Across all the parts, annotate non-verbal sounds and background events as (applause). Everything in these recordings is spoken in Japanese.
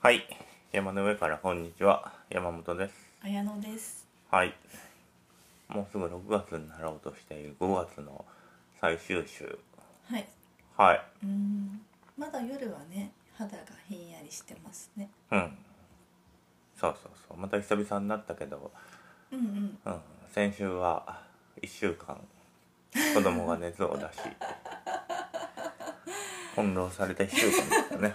はい山の上からこんにちは山本です綾乃ですはいもうすぐ6月になろうとしている5月の最終週はいはいうんまだ夜はね肌がひんやりしてますねうんそうそうそうまた久々になったけど、うんうんうん、先週は1週間子供が熱を出し (laughs) 翻弄された1週間でしたね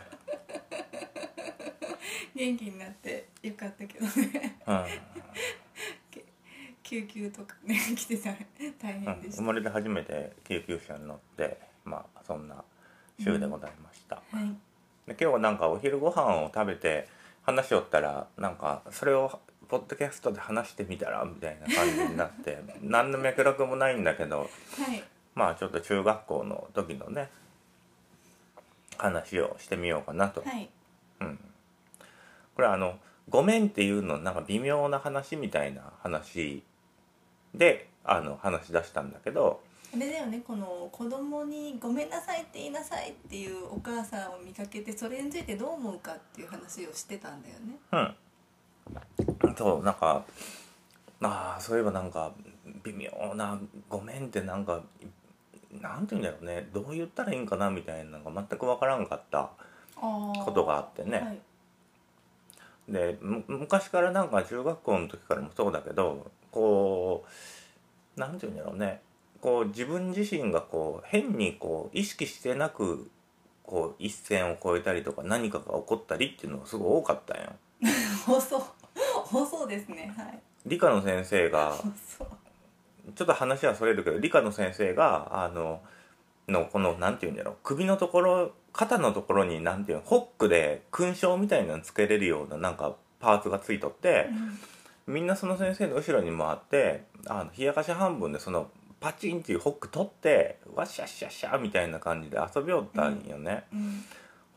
元気になってよかったけどね (laughs) うん救急とかね (laughs) 来てたら大うん変でし生た、まれて初めて救急車に乗ってまあそんな週でございました、はいで今日なんかお昼ご飯を食べて話しよったらなんかそれをポッドキャストで話してみたらみたいな感じになって (laughs) 何の脈絡もないんだけどはいまあちょっと中学校の時のね話をしてみようかなと、はいうん、これあの「ごめん」っていうのなんか微妙な話みたいな話であの話し出したんだけどあれだよねこの子供に「ごめんなさい」って言いなさいっていうお母さんを見かけてそれについてどう思うかっていう話をしてたんだよねうんそうなんかああそういえばなんか微妙な「ごめん」ってなんかなんて言うんだろうねどう言ったらいいんかなみたいなのが全く分からんかったああことがあってね、はいでむ昔からなんか中学校の時からもそうだけどこうなんて言うんだろうねこう自分自身がこう変にこう意識してなくこう一線を越えたりとか何かが起こったりっていうのがすごい多かったんよ。放送放送ですねはい理科の先生が放送ちょっと話はそれるけど理科の先生があののこのなんて言うんだろう首のところ肩のところになんていうのホックで勲章みたいなのつけれるようななんかパーツがついとって、みんなその先生の後ろに回ってあの冷やかし半分でそのパチンっていうホック取ってワッシャッシャッシャーみたいな感じで遊びおったんよね。うん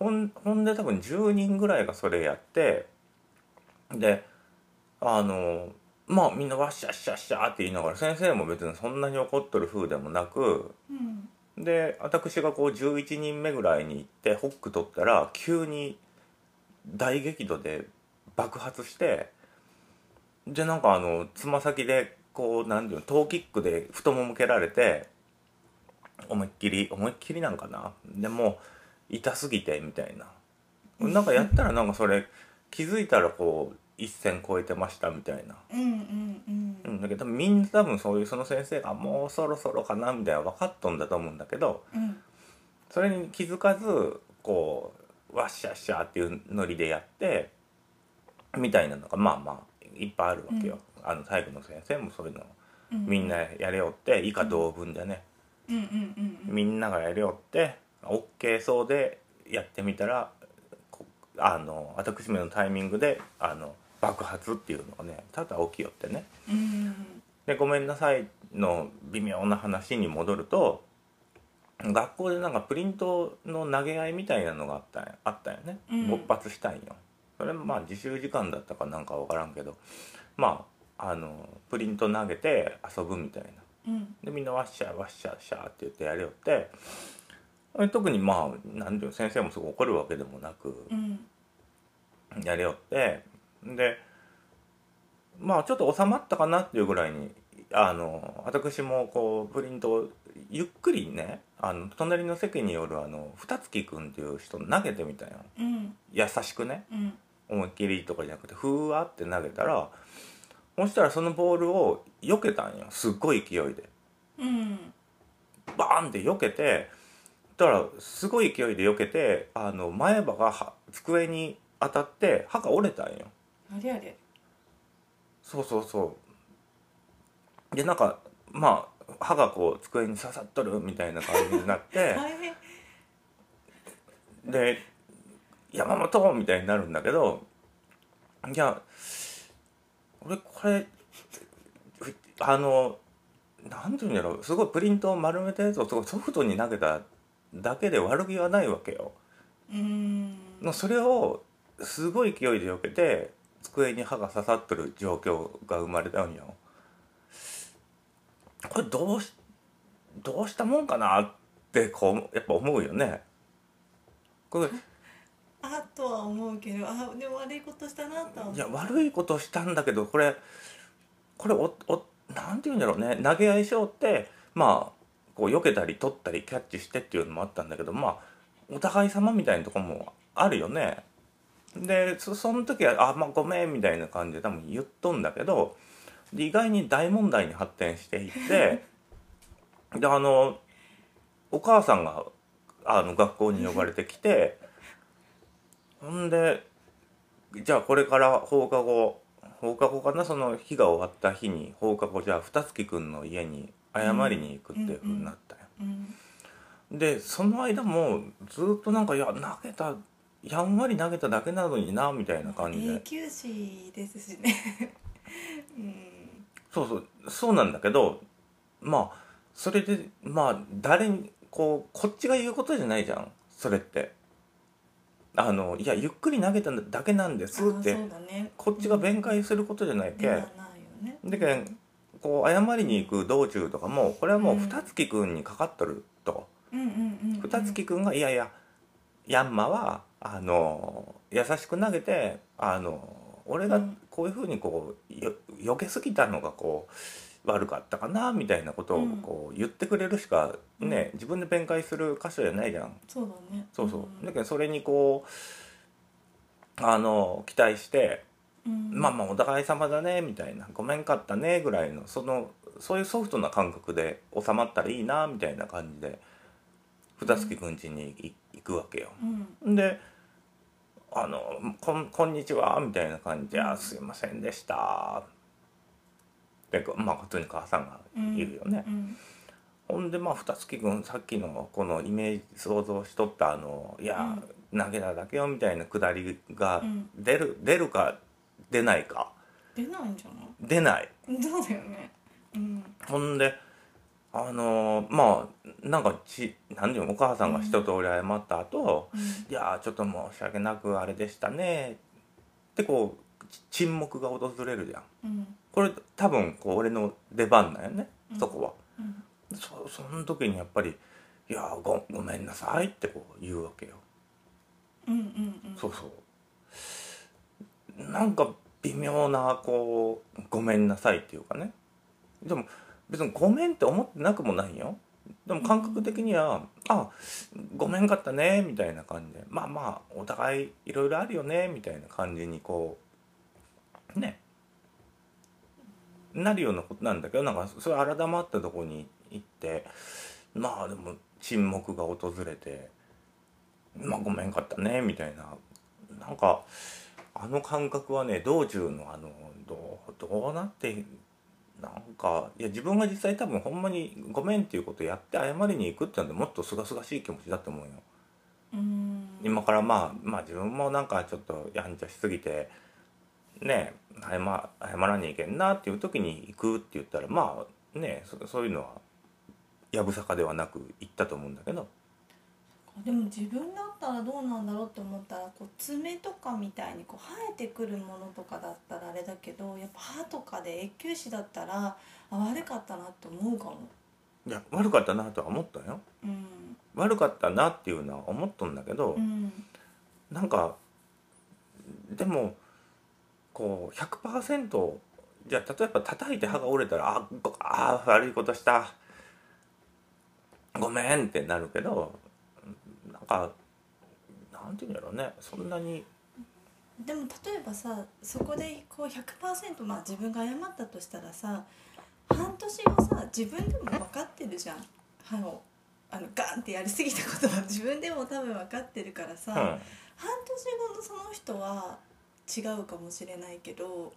ほんほんで多分10人ぐらいがそれやってであのまあみんなワッシャッシャッシャーって言いながら先生も別にそんなに怒っとる風でもなくうんで私がこう11人目ぐらいに行ってホック取ったら急に大激怒で爆発してでなんかあのつま先でこうなんていうのトーキックで太もも蹴られて思いっきり思いっきりなんかなでもう痛すぎてみたいななんかやったらなんかそれ気づいたらこう一線超えてましたみたいなうんうんうんうん、だけどみんな多分そういうその先生がもうそろそろかなみたいな分かっとんだと思うんだけどうんそれに気づかずこうワッシャッシャーっていうノリでやってみたいなのがまあまあいっぱいあるわけよ、あの体育の先生もそういうのうんみんなやれよって以下同文でね、うんうんうんみんながやれよってオッケーそうでやってみたらこあの私めのタイミングであの爆発っていうのがねただ起きよってね。うんうんで「ごめんなさい」の微妙な話に戻ると学校でなんかプリントの投げ合いみたいなのがあったんやあったんよね、うん勃発したんよそれもまあ自習時間だったかなんかわからんけどまああのプリント投げて遊ぶみたいなうんでみんなワッシャーワッシャーシャーって言ってやりよってえ特にまあ何ていうの先生もすごい怒るわけでもなく、うんやれよってでまあちょっと収まったかなっていうぐらいにあの私もこうプリントをゆっくりねあの隣の席によるあの二月くんっていう人に投げてみたようん優しくねうん思いっきりとかじゃなくてふわって投げたらそしたらそのボールを避けたんよすっごい勢いでうんバーンって避けてだからすごい勢いで避けてあの前歯がは机に当たって歯が折れたんよあれあれそうそうそうでなんかまあ歯がこう机に刺さっとるみたいな感じになっ (laughs) て大変で「山本!」みたいになるんだけどいや俺これふあのなんていうんだろうすごいプリントを丸めたやつをすごいソフトに投げただけで悪気はないわけよ。うーんのそれをすごい勢いで避けて机に歯が刺さってる状況が生まれたんよこれどうしどうしたもんかなってこうやっぱ思うよねこれあとは思うけどあでも悪いことしたなとは思ういや悪いことしたんだけどこれこれおおなんて言うんだろうね投げ合い賞ってまあこう避けたり取ったりキャッチしてっていうのもあったんだけどまあお互い様みたいなとこもあるよね。でそその時は「あまあごめん」みたいな感じで多分言っとんだけどで意外に大問題に発展していってであのお母さんがあの学校に呼ばれてき (laughs) てほんでじゃあこれから放課後放課後かなその日が終わった日に放課後じゃあ二月くんの家に謝りに行くっていうふうになったよ。うんでその間もずっとなんか「いや投げたやんわり投げただけなのにな」みたいな感じで、永久歯ですしね (laughs) うんそうそうそうなんだけどまあそれでまあ誰にこうこっちが言うことじゃないじゃんそれって。あのいやゆっくり投げただけなんですっあてそうだねこっちが弁解することじゃないけ、ではないよねでけんこう謝りに行く道中とかもこれはもううん二月くんにかかっとると、うんうんうん二月くんが「いやいやヤンマはあの優しく投げてあの俺がこういうふうにこうよ避けすぎたのがこう悪かったかな」みたいなことをこう言ってくれるしかね、自分で弁解する箇所じゃないじゃん。そうだねそうそう、んだけどそれにこうあの期待してうんまあまあお互い様だねみたいなごめんかったねぐらいのそのそういうソフトな感覚で収まったらいいなみたいな感じで二月くん家にい行くわけよ。うんで「あのこんこんにちは」みたいな感じで「あすいませんでした」でまあ普通に母さんが言うよね。うんほんでまあ二月君さっきのこのイメージ想像しとったあの「いや、投げただけよ」みたいなくだりがうん出る、出るか出ないか出ないんじゃない出ないそうだよね。うん。ほんであのーまあなんかち何ていうのお母さんが一通り謝った後、いやーちょっと申し訳なくあれでしたね」ってこうち沈黙が訪れるじゃんうん。これ多分こう俺の出番だよねうんそこは、うん。そその時にやっぱり「いやーごごめんなさい」ってこう言うわけよ、うん。うん。うん。そうそうなんか微妙なこう「ごめんなさい」っていうかねでも別に「ごめん」って思ってなくもないよでも感覚的には「あごめんかったね」みたいな感じでまあまあお互いいろいろあるよねみたいな感じにこうねなるようなことなんだけどなんかそれ改まったとこに行ってまあでも沈黙が訪れて「まあごめんかったね」みたいななんかあの感覚はね道中のあのどうどうなってなんかいや自分が実際多分ほんまに「ごめん」っていうことやって謝りに行くってのでもっと清々しい気持ちだと思うよ。うん。今からまあまあ自分もなんかちょっとやんちゃしすぎてねえ謝謝らにいけんなっていう時に行くって言ったらまあねえそそういうのはやぶさかではなく行ったと思うんだけどでも自分だったらどうなんだろうって思ったらこう爪とかみたいにこう生えてくるものとかだったらあれだけどやっぱ歯とかで永久歯だったらあ悪かったなって思うかも。いや悪かったなとは思ったようん。悪かったなっていうのは思ったんだけど、うん。なんかでもこう100%じゃあ例えば叩いて歯が折れたらあごあー悪いことしたごめんってなるけどなんかなんていうんだろうねそんなにでも例えばさそこでこう100%まあ自分が謝ったとしたらさ半年後さ自分でも分かってるじゃん歯をあのガンってやりすぎたことは自分でも多分分かってるからさ、うん半年後のその人は違うかもしれないけど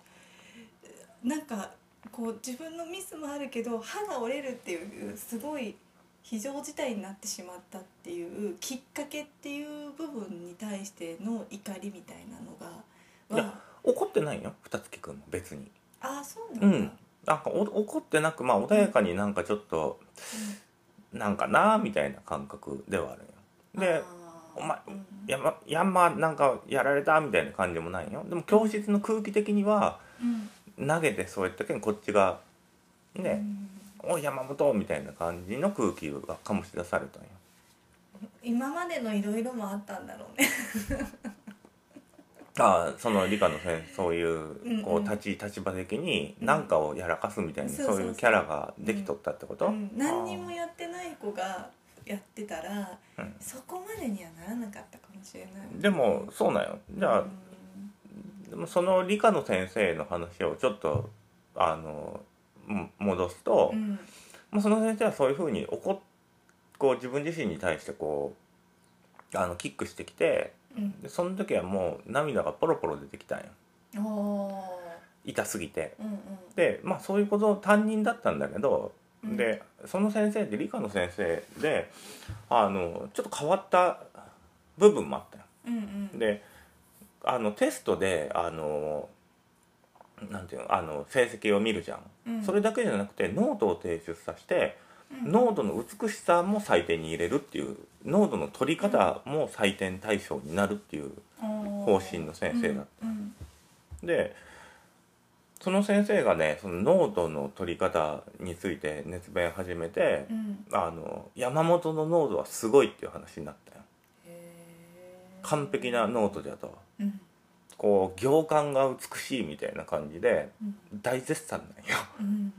なんかこう自分のミスもあるけど歯が折れるっていうすごい非常事態になってしまったっていうきっかけっていう部分に対しての怒りみたいなのいがやは怒ってないよ二月くんも別に。ああそううなんだ、ん、なんかお怒ってなくまあ穏やかになんかちょっとなんかなみたいな感覚ではあるうんよ。であーお前うんやま、やんまなんかやられたみたいな感じもないよでも教室の空気的にはうん投げてそうやったけんこっちがうねん「おい山本」みたいな感じの空気が醸し出されたんよ今までのいろいろもあったんだろうねあーその理科の先生そううんいううんこう立ち立場的にうん何かをやらかすみたいな、そうそうそそうういうキャラができとったってこと、うん何にもあやってない子がやってたら、うんそこまでにはならなかったかもしれないーでもそうなんよじゃあ、うんでもその理科の先生の話をちょっとあのも戻すと、うんまあ、その先生はそういうふうに怒っこう自分自身に対してこうあのキックしてきてうんでその時はもう涙がポロポロ出てきたんよおー痛すぎてうんうんでまあそういうこと担任だったんだけど、うんでその先生って理科の先生であのちょっと変わった部分もあったようんうんであのテストであのなんていうのあの成績を見るじゃん、うんそれだけじゃなくてノートを提出させて、うん濃度の美しさも採点に入れるっていう濃度の取り方も採点対象になるっていう方方針の先生だっうんでその先生がねその濃度の取り方について熱弁始めてう、んあの山本の濃度はすごいっていう話になったよへー完璧な濃度だとうんこう行間が美しいみたいな感じでうん大絶賛なんようん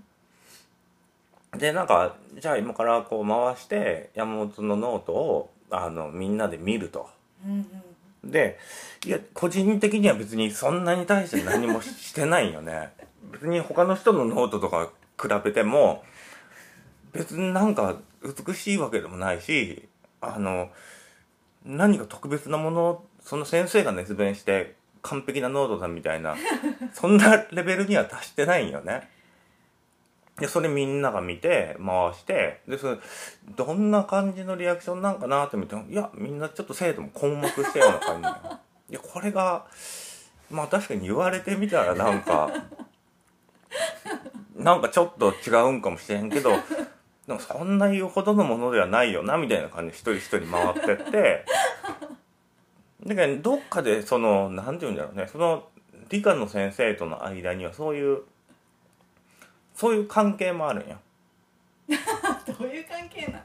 でなんかじゃあ今からこう回して山本のノートをあのみんなで見ると。うん (laughs) でいや個人的には別にそんなに対して何もししてないよね別に他の人のノートとか比べても別になんか美しいわけでもないしあの何か特別なものその先生が熱弁して完璧なノートだみたいなそんなレベルには達してないんよねでそれみんなが見て回してでそれどんな感じのリアクションなんかなって見ていやみんなちょっと生徒も困惑したような感じだよいやこれがまあ確かに言われてみたらなんかなんかちょっと違うんかもしれんけどでもそんな言うほどのものではないよなみたいな感じで一人一人回ってってだからどっかでその何て言うんだろうねその理科の先生との間にはそういうそういう関係もあるんや。うんどういう関係な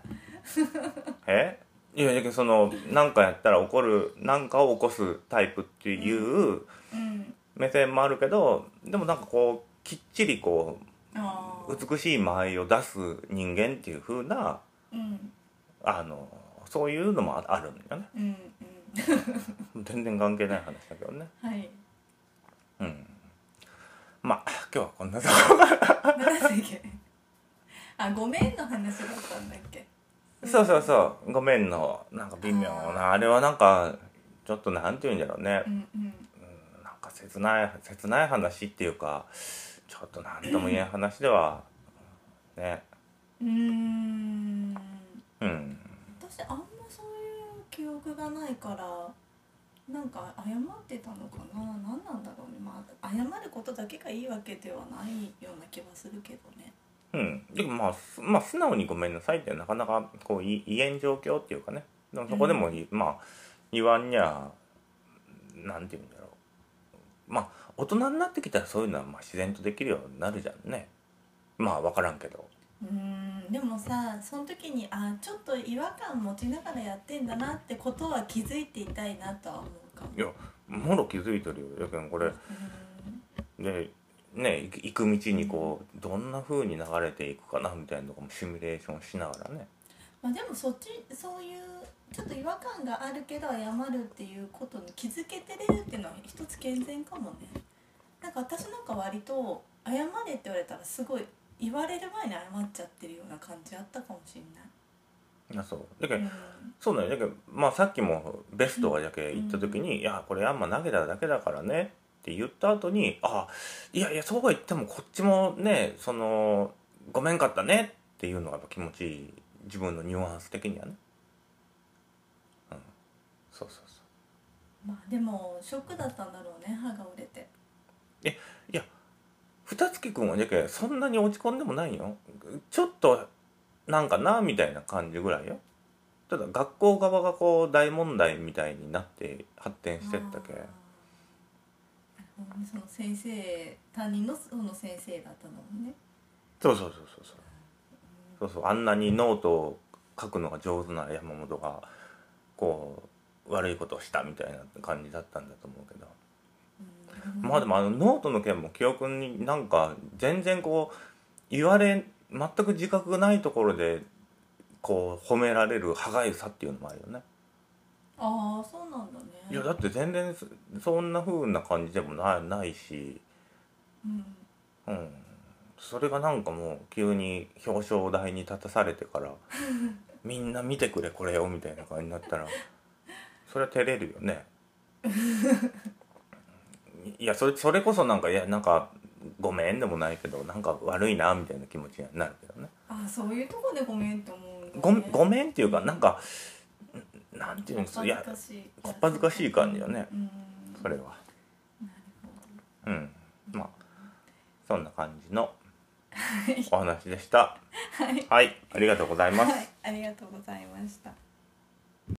えいやだけどその何かやったら怒る何かを起こすタイプっていううん目線もあるけどでもなんかこうきっちりこあうー美しい間合いを出す人間っていう風なうんあのそういうのもああるんだよねうんうん全然関係ない話だけどね (laughs) はいうんまあ今日はこんなとこ何だったっけあごめんの話だったんだっけそうそうそうごめんのなんか微妙なあれはなんかちょっとなんて言うんだろうねうんうんなんか切ない切ない話っていうかちょっと何とも言えん話ではねうーんうん私あんまそういう記憶がないからなんか謝ってたのかな何なんだろうねまあ謝ることだけがいいわけではないような気はするけどねうんでもまあ、すまあ素直に「ごめんなさい」ってなかなかこうい言えん状況っていうかねでもそこでもい、まあ言わんにゃなんて言うんだろうまあ大人になってきたらそういうのはまあ自然とできるようになるじゃんねまあ分からんけどうーんでもさその時にあちょっと違和感持ちながらやってんだなってことは気づいていたいなとは思うかもいやもろ気づいてるよやけんこれでね行く行く道にこうどんな風に流れていくかなみたいなのもシミュレーションしながらねまあ、でもそっちそういうちょっと違和感があるけど謝るっていうことに気づけてれるっていうのは一つ健全かもねなんか私なんか割と「謝れ」って言われたらすごい言われる前に謝っちゃってるような感じあったかもしれあそうだけなど、い、そうなんよだけど、まあ、さっきもベストはだけ行った時に「いやこれあんま投げただけだからね」って言った後に「あいやいやそうは言ってもこっちもねそのごめんかったね」っていうのがやっぱ気持ちいい自分のニュアンス的にはね。うん、そうそうそううん、まあでもショックだったんだろうね歯が折れて二月くんはじゃけそんなに落ち込んでもないよちょっとなんかなみたいな感じぐらいよただ学校側がこう大問題みたいになって発展してったけあーその先生担任のその先生だったのもねそうそうそうそうそうそうそうあんなにノートを書くのが上手な山本がこう悪いことをしたみたいな感じだったんだと思うけどまあでもあのノートの件も記憶になんか全然こう言われ全く自覚がないところでこう褒められる歯がゆさっていうのもあるよね。ああそうなんだねいやだって全然そそんな風な感じでもないないし、ううんん、それがなんかもう急に表彰台に立たされてからみんな見てくれこれをみたいな感じになったらそれは照れるよね。いやそれそれこそなんかいやなんかごめんでもないけどなんか悪いなみたいな気持ちになるけどね。ああそういうとこでごめんと思うんだねごごめんっていうかなんかなんていうんですこかっいぱずやかしいこっぱずかしい感じよねうんそれはなるほどうんまあそんな感じのお話でしたはい、ありがとうございます、はい、ありがとうございました。